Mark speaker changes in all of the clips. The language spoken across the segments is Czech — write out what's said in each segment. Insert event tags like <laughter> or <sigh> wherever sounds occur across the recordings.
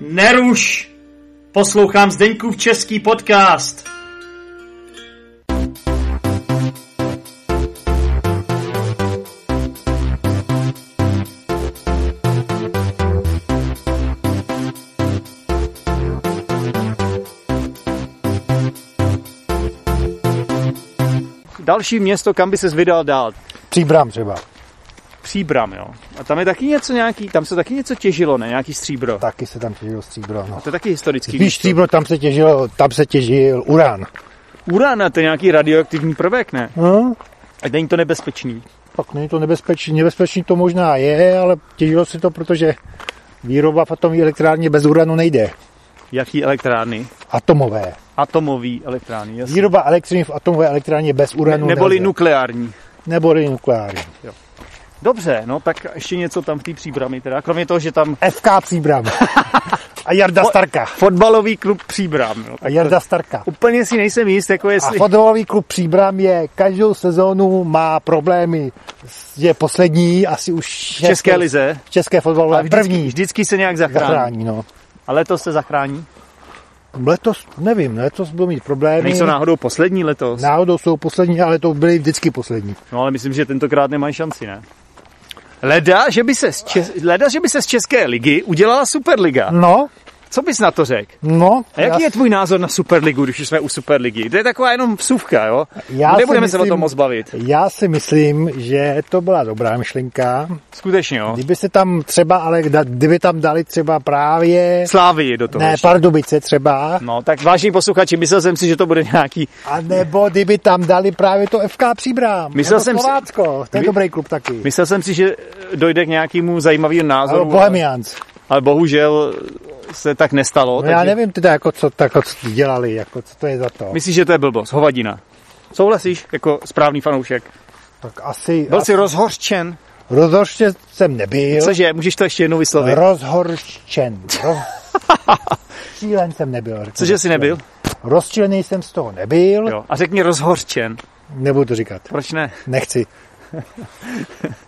Speaker 1: Neruš! Poslouchám Zdeňkův český podcast. Další město, kam by ses vydal dál?
Speaker 2: Příbram třeba.
Speaker 1: Příbram, jo. A tam je taky něco nějaký, tam se taky něco těžilo, ne? Nějaký stříbro.
Speaker 2: Taky se tam těžilo stříbro. No.
Speaker 1: To je taky historický
Speaker 2: Víš,
Speaker 1: místo.
Speaker 2: stříbro tam se těžilo, tam se těžil urán.
Speaker 1: Uran, a to je nějaký radioaktivní prvek, ne?
Speaker 2: No,
Speaker 1: A není to nebezpečný.
Speaker 2: tak není to nebezpečný. Nebezpečný to možná je, ale těžilo se to, protože výroba potom elektrárně bez uranu nejde.
Speaker 1: Jaký elektrárny?
Speaker 2: Atomové.
Speaker 1: Atomový elektrárny, jasně.
Speaker 2: Výroba elektřiny v atomové elektrárně bez
Speaker 1: Ne-
Speaker 2: uranu
Speaker 1: neboli
Speaker 2: nelze.
Speaker 1: nukleární.
Speaker 2: Neboli nukleární.
Speaker 1: Dobře, no tak ještě něco tam v té příbrami teda, kromě toho, že tam
Speaker 2: FK
Speaker 1: <laughs>
Speaker 2: Příbram. A Jarda
Speaker 1: Po-
Speaker 2: Starka.
Speaker 1: fotbalový klub příbram. No.
Speaker 2: A Jarda Starka.
Speaker 1: Úplně si nejsem jist, jako
Speaker 2: A
Speaker 1: jestli...
Speaker 2: fotbalový klub Příbram je každou sezónu má problémy. Je poslední, asi už
Speaker 1: v České lize.
Speaker 2: v České
Speaker 1: Ale
Speaker 2: fotbalové
Speaker 1: vždycky,
Speaker 2: první
Speaker 1: vždycky se nějak zachrání.
Speaker 2: zachrání. No.
Speaker 1: A letos se zachrání.
Speaker 2: Letos, nevím, letos budou mít problémy.
Speaker 1: Nejsou náhodou poslední letos.
Speaker 2: Náhodou jsou poslední, ale to byly vždycky poslední.
Speaker 1: No ale myslím, že tentokrát nemají šanci, ne? Leda, že by se z, Čes- Leda, že by se z České ligy udělala Superliga.
Speaker 2: No,
Speaker 1: Co bys na to řekl?
Speaker 2: no.
Speaker 1: A jaký
Speaker 2: já,
Speaker 1: je tvůj názor na Superligu, když už jsme u Superligy? To je taková jenom vsuvka, jo?
Speaker 2: Já
Speaker 1: Nebudeme
Speaker 2: si
Speaker 1: se o tom
Speaker 2: myslím-
Speaker 1: moc bavit.
Speaker 2: já si myslím, že to byla dobrá myšlenka.
Speaker 1: Skutečně, jo?
Speaker 2: Kdyby se tam třeba, ale da- kdyby tam dali třeba právě,
Speaker 1: Slávy do toho.
Speaker 2: ne,
Speaker 1: ještě.
Speaker 2: Pardubice třeba,
Speaker 1: No, tak vážení posluchači, myslel jsem si, že to bude nějaký...
Speaker 2: a nebo kdyby tam dali právě to FK Příbrám.
Speaker 1: Myslel
Speaker 2: nebo
Speaker 1: jsem si-
Speaker 2: Slovácko, to je
Speaker 1: Kdyby-
Speaker 2: dobrý klub taky.
Speaker 1: Myslel jsem si, že dojde k nějakému zajímavému
Speaker 2: Nebo
Speaker 1: názoru,
Speaker 2: Bohemians.
Speaker 1: ale bohužel se tak nestalo.
Speaker 2: No, já nevím teda, jako co, tak, co dělali, jako co to je za to.
Speaker 1: Myslíš, že to je blbost, hovadina. Souhlasíš jako správný fanoušek?
Speaker 2: Tak asi,
Speaker 1: Byl jsi rozhořčen.
Speaker 2: Rozhorčen jsem nebyl.
Speaker 1: Cože, můžeš to ještě jednou vyslovit? <laughs>
Speaker 2: Rozhorčen. Roz... Šílen jsem nebyl. řeknu
Speaker 1: Cože jsi
Speaker 2: rozčilen.
Speaker 1: nebyl?
Speaker 2: Rozčilený jsem z toho nebyl.
Speaker 1: Jo. A řekni rozhořčen.
Speaker 2: Nebudu to říkat.
Speaker 1: Proč ne?
Speaker 2: Nechci.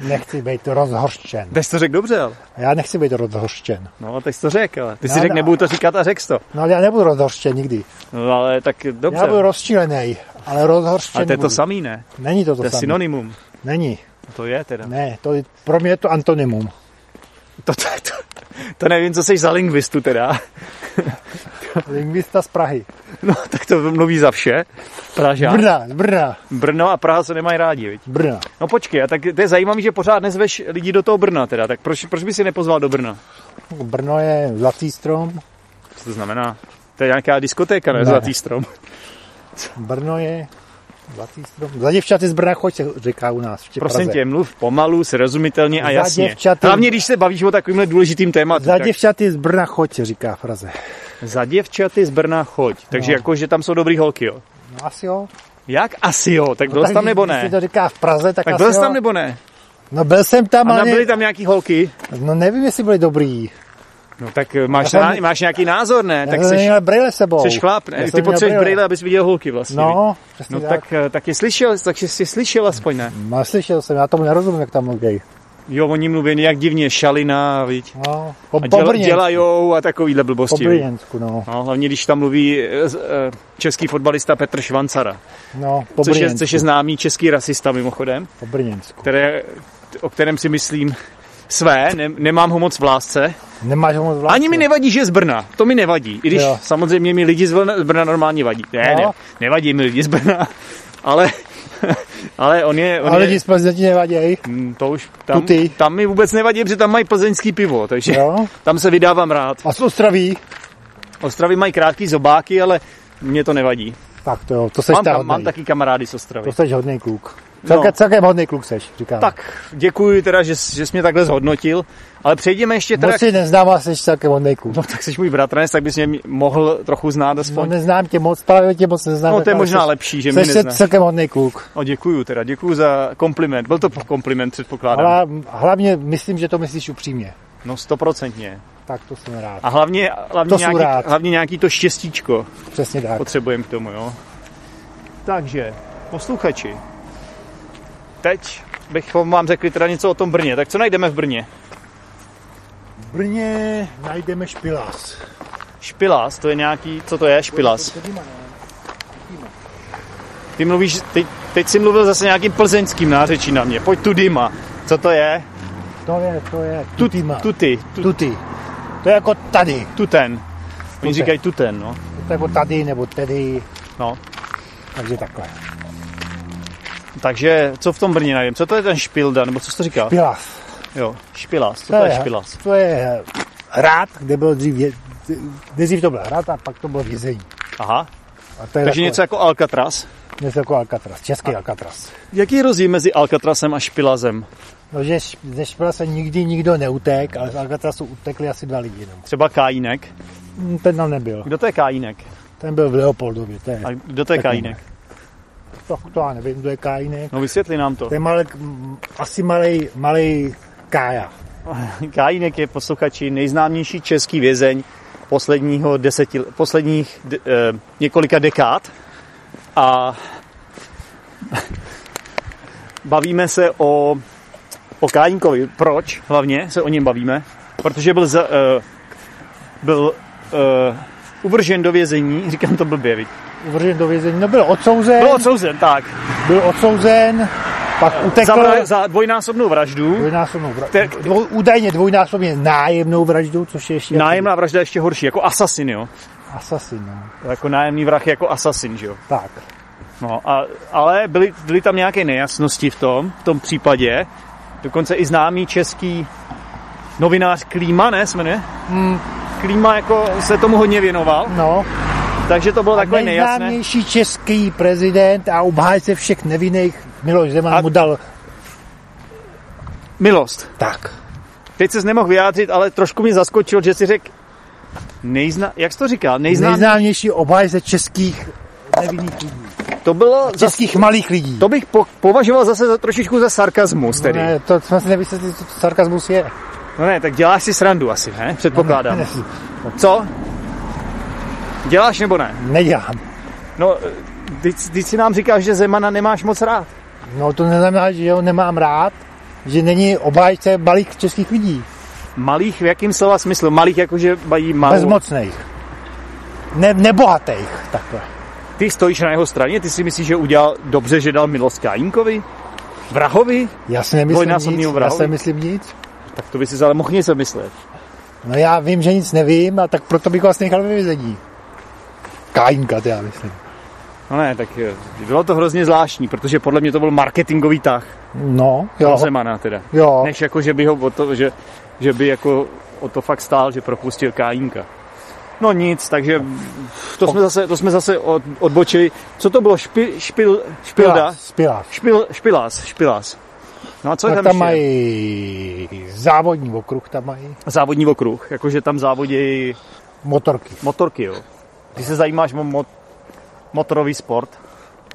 Speaker 2: nechci být rozhorčen.
Speaker 1: Teď jsi to řekl dobře, ale.
Speaker 2: Já nechci být rozhorčen.
Speaker 1: No, teď jsi to řekl, ale. Ty
Speaker 2: No,
Speaker 1: si řekl,
Speaker 2: no.
Speaker 1: nebudu to říkat a řekl to.
Speaker 2: No ale já nebudu rozhorčen nikdy.
Speaker 1: No, ale tak dobře.
Speaker 2: Já budu rozčilený, ale rozhorčen
Speaker 1: ale to je to
Speaker 2: budu.
Speaker 1: samý, ne?
Speaker 2: Není to to,
Speaker 1: To je
Speaker 2: samý.
Speaker 1: synonymum. No,
Speaker 2: Není.
Speaker 1: To je teda.
Speaker 2: Ne, to je, pro mě je to antonymum.
Speaker 1: To, to, to, to nevím, co jsi za lingvistu teda. <laughs>
Speaker 2: Lingvista z Prahy.
Speaker 1: No, tak to mluví za vše. Pražák.
Speaker 2: Brna, Brna,
Speaker 1: Brno a Praha se nemají rádi, viď?
Speaker 2: Brna.
Speaker 1: No počkej, a tak to je zajímavé, že pořád nezveš lidi do toho Brna teda, tak proč, proč by si nepozval do Brna?
Speaker 2: Brno je zlatý strom,
Speaker 1: Co to znamená? To je nějaká diskotéka, ne?
Speaker 2: Ne.
Speaker 1: Zlatý strom.
Speaker 2: Brno je zlatý strom. Za děvčaty z Brna choď, se říká u nás. v
Speaker 1: Prosím
Speaker 2: Praze.
Speaker 1: tě, mluv pomalu, srozumitelně a
Speaker 2: Za
Speaker 1: jasně.
Speaker 2: děvčaty-
Speaker 1: Hlavně, když se bavíš o takovýmhle důležitým tématu.
Speaker 2: Za
Speaker 1: tak
Speaker 2: děvčaty z Brna choď, se říká v Praze.
Speaker 1: za děvčaty z Brna choď. Takže
Speaker 2: No.
Speaker 1: jako, že tam jsou dobrý holky, jo.
Speaker 2: No asi jo.
Speaker 1: Jak? Asi jo. Tak byl
Speaker 2: No,
Speaker 1: jsi
Speaker 2: tak
Speaker 1: tam nebo
Speaker 2: když
Speaker 1: ne?
Speaker 2: se to říká v Praze, tak,
Speaker 1: Tak
Speaker 2: asi
Speaker 1: byl jsi
Speaker 2: jo.
Speaker 1: tam nebo ne?
Speaker 2: No byl jsem tam,
Speaker 1: A
Speaker 2: ale...
Speaker 1: tam byly tam nějaký holky?
Speaker 2: No nevím, jestli byli dobrý.
Speaker 1: No tak eh, máš,
Speaker 2: Já
Speaker 1: na,
Speaker 2: jsem-
Speaker 1: máš nějaký názor, ne?
Speaker 2: Já
Speaker 1: Tak
Speaker 2: jsem
Speaker 1: jsi,
Speaker 2: měl brýle s sebou.
Speaker 1: jsi chlap,
Speaker 2: Já
Speaker 1: ne?
Speaker 2: jsem
Speaker 1: Ty
Speaker 2: měl
Speaker 1: potřebuješ brýle, abys viděl holky vlastně. viď?
Speaker 2: No, přesně
Speaker 1: No tak, eh, tak je slyšel, tak jsi jsi slyšel aspoň, ne?
Speaker 2: No, slyšel jsem, já tomu nerozumím, jak tam mluví.
Speaker 1: Jo, oni mluví nějak divně, šalina, viď?
Speaker 2: No, po,
Speaker 1: A
Speaker 2: po
Speaker 1: děla,
Speaker 2: Brně.
Speaker 1: dělajou a takovýhle
Speaker 2: po
Speaker 1: blbosti. viď?
Speaker 2: Brněnsku, no.
Speaker 1: No, hlavně když tam mluví eh, z- eh, český fotbalista Petr Švancara,
Speaker 2: No, po
Speaker 1: což je,
Speaker 2: Brněnsku.
Speaker 1: což je známý český rasista mimochodem,
Speaker 2: Po Brněnsku.
Speaker 1: které, o kterém si myslím své, ne, nemám ho moc v lásce.
Speaker 2: Nemáš ho moc vlastně.
Speaker 1: Ani mi nevadí, že je z Brna, to mi nevadí, i když
Speaker 2: Jo.
Speaker 1: samozřejmě mi lidi z Brna, z Brna normálně vadí. Ne,
Speaker 2: No.
Speaker 1: ne, nevadí mi lidi z Brna, <laughs> ale, ale on je... On
Speaker 2: Ale
Speaker 1: je
Speaker 2: lidi z Plzně ti nevaděj.
Speaker 1: Mm, To už tam,
Speaker 2: Tuty.
Speaker 1: tam mi vůbec nevadí, protože tam mají plzeňský pivo, takže
Speaker 2: Jo.
Speaker 1: <laughs> tam se vydávám rád.
Speaker 2: A z Ostraví.
Speaker 1: Ostravy mají krátký zobáky, ale mě to nevadí.
Speaker 2: Tak to jo, to seš
Speaker 1: Mám,
Speaker 2: ta
Speaker 1: kam,
Speaker 2: hodnej.
Speaker 1: mám taky kamarády z Ostravy.
Speaker 2: To seš hodný kluk. Celke,
Speaker 1: No.
Speaker 2: no. Celkem hodný kluk seš, říkám.
Speaker 1: Tak, děkuji teda, že, že jsi mě takhle zhodnotil, ale přejdeme ještě teda...
Speaker 2: Moc si neznám, ale seš celkem hodný kluk.
Speaker 1: <laughs> No tak jsi můj bratranec, tak bys mě m- mohl trochu znát
Speaker 2: No,
Speaker 1: aspoň.
Speaker 2: neznám tě moc, právě tě moc neznám.
Speaker 1: No to je
Speaker 2: ale
Speaker 1: možná
Speaker 2: seš-
Speaker 1: lepší, že mě
Speaker 2: Seš se
Speaker 1: neznáš.
Speaker 2: celkem hodný kluk.
Speaker 1: No děkuju teda, děkuju za kompliment. Byl to kompliment, předpokládám.
Speaker 2: Ale hlavně myslím, že to myslíš upřímně.
Speaker 1: No stoprocentně.
Speaker 2: Tak to jsem rád.
Speaker 1: A hlavně, hlavně,
Speaker 2: To jsem
Speaker 1: nějaký,
Speaker 2: rád.
Speaker 1: hlavně nějaký to štěstíčko.
Speaker 2: Přesně tak.
Speaker 1: potřebujeme k tomu, jo. Takže, posluchači, teď bychom vám řekli teda něco o tom Brně. Tak co najdeme v Brně?
Speaker 2: V Brně najdeme špilás.
Speaker 1: Špilas, to je nějaký, co to je špilas? Ty mluvíš, teď, teď jsi mluvil zase nějakým plzeňským nářečí na mě. Pojď tu dima. Co to je?
Speaker 2: To je, to je,
Speaker 1: Tu,
Speaker 2: tutima.
Speaker 1: tuty, tu,
Speaker 2: Tuty. To je jako tady.
Speaker 1: tuten. Oni
Speaker 2: Tuten.
Speaker 1: říkají tuten, no.
Speaker 2: To je jako tady nebo tedy.
Speaker 1: no.
Speaker 2: Takže takhle.
Speaker 1: Takže co v tom Brně najdem? Co to je ten špilda, nebo co jsi to říká?
Speaker 2: Špilás.
Speaker 1: Jo, špilas. Co to je špilas?
Speaker 2: To je hrad, kde byl dřív, je, dřív to byl hrad a pak to bylo vězení.
Speaker 1: Aha,
Speaker 2: A to je
Speaker 1: takže
Speaker 2: takové-
Speaker 1: něco jako Alcatraz.
Speaker 2: něco jako Alcatraz, český Alcatraz.
Speaker 1: Jaký je rozdíl mezi Alcatrazem a špilazem?
Speaker 2: No, že š- ze Špila se nikdy nikdo neutek, ale z Alcatrazu utekli asi dva lidi. No.
Speaker 1: Třeba Kajínek.
Speaker 2: Hm, Ten tam nebyl.
Speaker 1: Kdo to je Kajínek?
Speaker 2: Ten byl v Leopoldově. To, je,
Speaker 1: A kdo to je
Speaker 2: Taky ne.
Speaker 1: Kajínek?
Speaker 2: to, to já nevím, kdo je Kajinek.
Speaker 1: No vysvětli nám to.
Speaker 2: To je malý, m, asi malý, malý Kája.
Speaker 1: <laughs> Kajínek je posluchači nejznámější český vězeň posledního deseti, posledních de, eh, několika dekád. A <laughs> bavíme se o, o Kajínkovi. Proč hlavně se o něm bavíme? Protože byl, za, eh, byl eh, uvržen do vězení, <laughs> říkám to blbě, viď?
Speaker 2: Uvržen do vězení. No byl odsouzen,
Speaker 1: byl odsouzen, tak,
Speaker 2: byl odsouzen, pak utekl.
Speaker 1: za, vra- za dvojnásobnou vraždu,
Speaker 2: Dvojnásobnou vraždu.
Speaker 1: Te-
Speaker 2: Dvou, údajně dvojnásobně nájemnou vraždu, což je ještě
Speaker 1: nájemná vražda ještě horší, jako asasin, jo?
Speaker 2: asasin. No.
Speaker 1: Jako nájemný vrah je jako asasin, že jo?
Speaker 2: Tak.
Speaker 1: No, a, ale byly, byly tam nějaké nejasnosti v tom, v tom případě. Dokonce i známý český novinář Klíma, ne, se jmenuje?
Speaker 2: Mm,
Speaker 1: Klíma jako se tomu hodně věnoval,
Speaker 2: no.
Speaker 1: takže to bylo
Speaker 2: A
Speaker 1: takové nejasné.
Speaker 2: nejznámější český prezident a obhájce všech nevinných Miloš Zeman
Speaker 1: A-
Speaker 2: a... mu dal
Speaker 1: Milost.
Speaker 2: tak.
Speaker 1: Teď se nemohl vyjádřit, ale trošku mě zaskočil, že si řekl, nejzna, jak jsi to říkal, nejzná,
Speaker 2: Nejznámější obhájce českých nevinných lidí.
Speaker 1: to bylo, za,
Speaker 2: Českých malých lidí.
Speaker 1: to bych po, považoval zase za, trošičku za sarkazmus tedy.
Speaker 2: No ne, to jsme si nevysvětlili, co to sarkazmus je.
Speaker 1: No ne, tak děláš si srandu asi, ne?
Speaker 2: <laughs>
Speaker 1: Předpokládám.
Speaker 2: Ne,
Speaker 1: Co? Děláš nebo ne?
Speaker 2: nedělám.
Speaker 1: No, teď, teď si nám říkáš, že Zemana nemáš moc rád.
Speaker 2: No to neznamená, že ho nemám rád, že není obhájce balík českých lidí.
Speaker 1: Malých v jakým slova smyslu? Malých jakože mají malou.
Speaker 2: Bezmocných. Ne, nebohatých. Takhle.
Speaker 1: Ty stojíš na jeho straně, ty si myslíš, že udělal dobře, že dal milost Kajínkovi? Vrahovi?
Speaker 2: Já si nemyslím
Speaker 1: Dvojnásobný
Speaker 2: nic. Já
Speaker 1: vrahovi.
Speaker 2: si nemyslím nic.
Speaker 1: Tak to by si ale mohl něco myslet.
Speaker 2: No já vím, že nic nevím, a tak proto bych vás nechal ve vězení. Kájinka, to já myslím.
Speaker 1: No ne, tak eh, bylo to hrozně zvláštní, protože podle mě to byl marketingový tah
Speaker 2: No,
Speaker 1: pro
Speaker 2: jo.
Speaker 1: Zemana teda.
Speaker 2: Jo,
Speaker 1: Než jako, že by ho o to, že, že by jako o to fakt stál, že propustil Kajínka. No nic, takže to jsme zase, to jsme zase od, odbočili. Co to bylo? Špi, špil, špilda?
Speaker 2: Pilaf, Pilaf.
Speaker 1: Špil, špilás, špilás. No a co je
Speaker 2: No,
Speaker 1: tam,
Speaker 2: tam
Speaker 1: ještě?
Speaker 2: mají závodní okruh, tam mají
Speaker 1: Závodní okruh, jakože tam závodějí
Speaker 2: motorky.
Speaker 1: motorky, jo. Ty se zajímáš o mo- motorový sport. <laughs>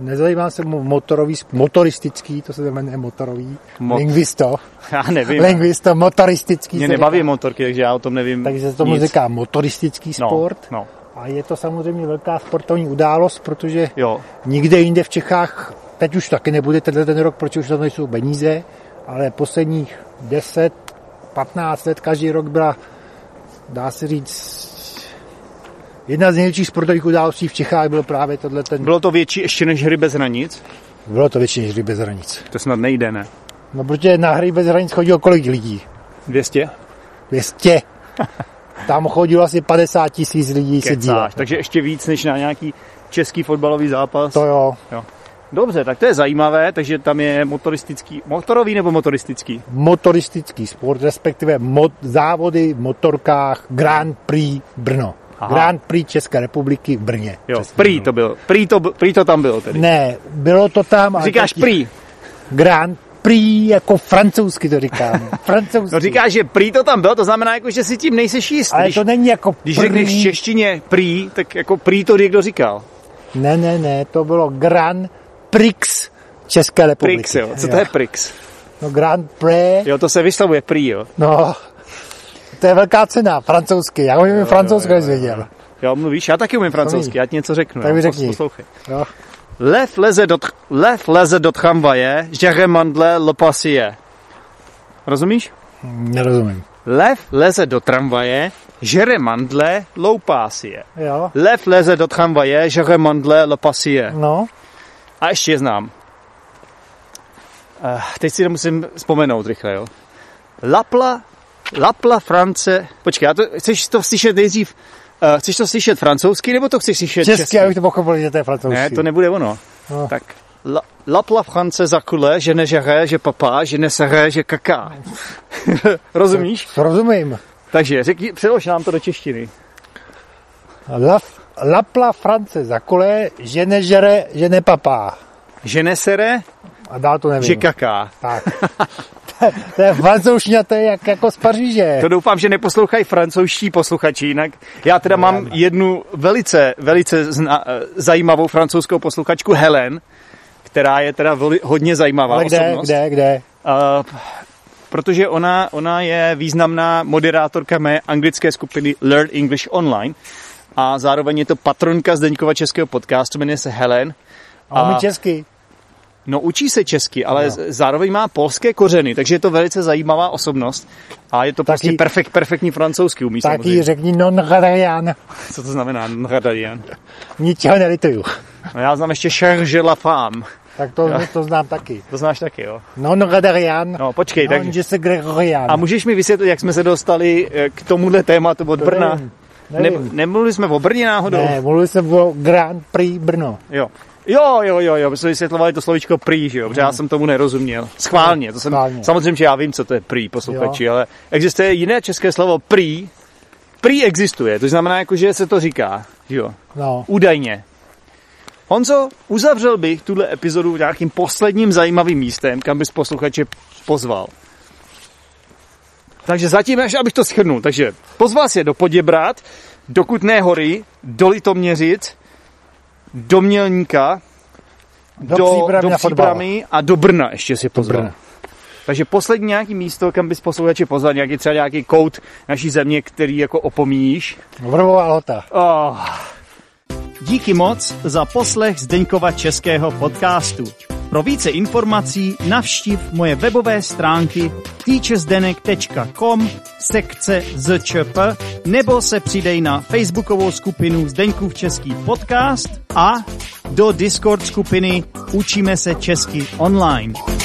Speaker 2: Nezajímá se mu motorový, motoristický, to se jmenuje motorový.
Speaker 1: Mot-
Speaker 2: Mot- Lingvisto.
Speaker 1: Já nevím.
Speaker 2: Lingvisto, motoristický.
Speaker 1: Mě
Speaker 2: se
Speaker 1: nebaví
Speaker 2: říká.
Speaker 1: motorky, takže já o tom nevím
Speaker 2: Takže se tomu
Speaker 1: nic.
Speaker 2: říká motoristický
Speaker 1: no,
Speaker 2: sport.
Speaker 1: No,
Speaker 2: A je to samozřejmě velká sportovní událost, protože
Speaker 1: jo.
Speaker 2: nikde jinde v Čechách, teď už taky nebude tenhle ten rok, protože už tam nejsou peníze, ale posledních 10, 15 let každý rok byla, dá se říct, jedna z největších sportovních událostí v Čechách byl právě tohle ten...
Speaker 1: Bylo to větší ještě než hry bez hranic?
Speaker 2: Bylo to většině hry bez hranic.
Speaker 1: To snad nejde, ne?
Speaker 2: No protože na hry bez hranic chodilo kolik lidí?
Speaker 1: 200?
Speaker 2: <laughs> 200. Tam chodilo asi 50 tisíc lidí se dívat.
Speaker 1: Kecáš, takže ještě víc než na nějaký český fotbalový zápas.
Speaker 2: To jo,
Speaker 1: jo. Dobře, tak to je zajímavé, takže tam je motoristický, motorový nebo motoristický?
Speaker 2: motoristický sport, respektive mot, závody v motorkách Grand Prix Brno.
Speaker 1: Aha.
Speaker 2: Aha. Grand Prix České republiky v Brně.
Speaker 1: Jo,
Speaker 2: Přesně
Speaker 1: prý
Speaker 2: bylo.
Speaker 1: to byl, prý to, prý to tam bylo tedy.
Speaker 2: Ne, bylo to tam. ale
Speaker 1: Říkáš
Speaker 2: taky-
Speaker 1: prý.
Speaker 2: Grand Prix, jako francouzsky to
Speaker 1: <laughs>
Speaker 2: říkám. francouzsky.
Speaker 1: No říkáš, že prý to tam bylo, to znamená, jako, že si tím nejseš jist.
Speaker 2: ale
Speaker 1: když,
Speaker 2: to není jako
Speaker 1: když
Speaker 2: prý.
Speaker 1: řekneš v češtině prý, tak jako prý to někdo říkal.
Speaker 2: Ne, ne, ne, to bylo Grand Prix České republiky.
Speaker 1: Prix, jo. Co to je prix?
Speaker 2: No Grand Prix,
Speaker 1: Jo, to se vyslovuje prý, jo.
Speaker 2: no, to je velká cena, francouzsky. Já ho francouzsky věděl.
Speaker 1: Jo, mluvíš, já taky umím francouzsky, já ti něco řeknu.
Speaker 2: Tak mi
Speaker 1: jo,
Speaker 2: řekni.
Speaker 1: pos- Poslouchej.
Speaker 2: Jo.
Speaker 1: Lev leze do, tch- lev leze do tramvaje, žere mandle, le pasie. Rozumíš?
Speaker 2: Nerozumím.
Speaker 1: Lev leze do tramvaje, žere mandle, loupá si je.
Speaker 2: Jo,
Speaker 1: Lev leze do tramvaje, žere mandle, loupá si je.
Speaker 2: no,
Speaker 1: A ještě je znám. Eh, Teď si to musím vzpomenout rychle, jo. Lapla, Lapla, France... Počkej, já to, chceš to slyšet nejdřív... eh, chceš to slyšet francouzsky, nebo to chceš slyšet česky?
Speaker 2: česky, abych to pochopil, že to je francouzský.
Speaker 1: Ne, to nebude ono.
Speaker 2: No.
Speaker 1: Tak. La, Lapla France zakule, že nežere, že papá, že nesere, že kaká. <laughs> Rozumíš?
Speaker 2: Rozumím.
Speaker 1: Takže řekni, přelož nám to do češtiny.
Speaker 2: La, lapla France za kole, že nežere, že nepapá.
Speaker 1: Že nesere,
Speaker 2: A dál to nevím.
Speaker 1: že kaká.
Speaker 2: Tak. <laughs> to je francouzština, to je jak, jako z Paříže.
Speaker 1: To doufám, že neposlouchají francouzští posluchači, jinak já
Speaker 2: No,
Speaker 1: teda mám jednu velice, velice zna, eh, zajímavou francouzskou posluchačku Helen, která je teda veli, hodně zajímavá
Speaker 2: Ale kde,
Speaker 1: osobnost.
Speaker 2: kde, kde?
Speaker 1: Eh, p- protože ona, ona je významná moderátorka mé anglické skupiny Learn English Online a zároveň je to patronka Zdeňkova českého podcastu, jmenuje se Helen.
Speaker 2: A
Speaker 1: A-
Speaker 2: my česky.
Speaker 1: No učí se česky, ale
Speaker 2: No.
Speaker 1: no. zároveň má polské kořeny, takže je to velice zajímavá osobnost a je to
Speaker 2: Tak
Speaker 1: prostě
Speaker 2: jí-
Speaker 1: perfekt, perfektní francouzský umí
Speaker 2: Tak jí
Speaker 1: samozřejmě.
Speaker 2: řekni non radarian.
Speaker 1: Co to znamená? Nradarian.
Speaker 2: Ničeho nelituju.
Speaker 1: No já znám ještě charge la femme.
Speaker 2: Tak to, to znám taky.
Speaker 1: To znáš taky, jo?
Speaker 2: Non radarian.
Speaker 1: No počkej,
Speaker 2: non,
Speaker 1: tak...
Speaker 2: že se gregorian.
Speaker 1: A můžeš mi vysvětlit, jak jsme se dostali eh, k tomuhle tématu od Brna?
Speaker 2: nevím,
Speaker 1: Ne,
Speaker 2: nevím.
Speaker 1: nemluvili jsme o Brně náhodou?
Speaker 2: Ne, mluvili jsem o Grand Prix Brno.
Speaker 1: Jo. Jo, jo, jo, jo, my jsme vysvětlovali to slovíčko prý, že jo, protože já jsem tomu nerozuměl. Schválně, to jsem,
Speaker 2: Mhm. Schválně.
Speaker 1: samozřejmě, že já vím, co to je prý, posluchači, jo. ale existuje jiné české slovo prý, prý existuje, to znamená, jako, že se to říká, že jo,
Speaker 2: No,
Speaker 1: údajně. Honzo, uzavřel bych tuhle epizodu nějakým posledním zajímavým místem, kam bys posluchače pozval. Takže zatím, až abych to schrnul, takže pozval si je do Poděbrat, do Kutné hory, do Litoměřic, do Mělníka,
Speaker 2: do, příbramy
Speaker 1: do
Speaker 2: na fotbal.
Speaker 1: Příbramy a do Brna ještě si pozval.
Speaker 2: Brna.
Speaker 1: Takže poslední nějaký místo, kam bys posluchače pozval, nějaký třeba nějaký kout naší země, který jako opomíjíš.
Speaker 2: Vrbová lhota.
Speaker 1: Oh. Díky moc za poslech Zdeňkova českého podcastu. Pro více informací navštiv moje webové stránky teachersdenek.com sekce zčp nebo se přidej na facebookovou skupinu Zdeňkův český podcast a do Discord skupiny Učíme se česky online.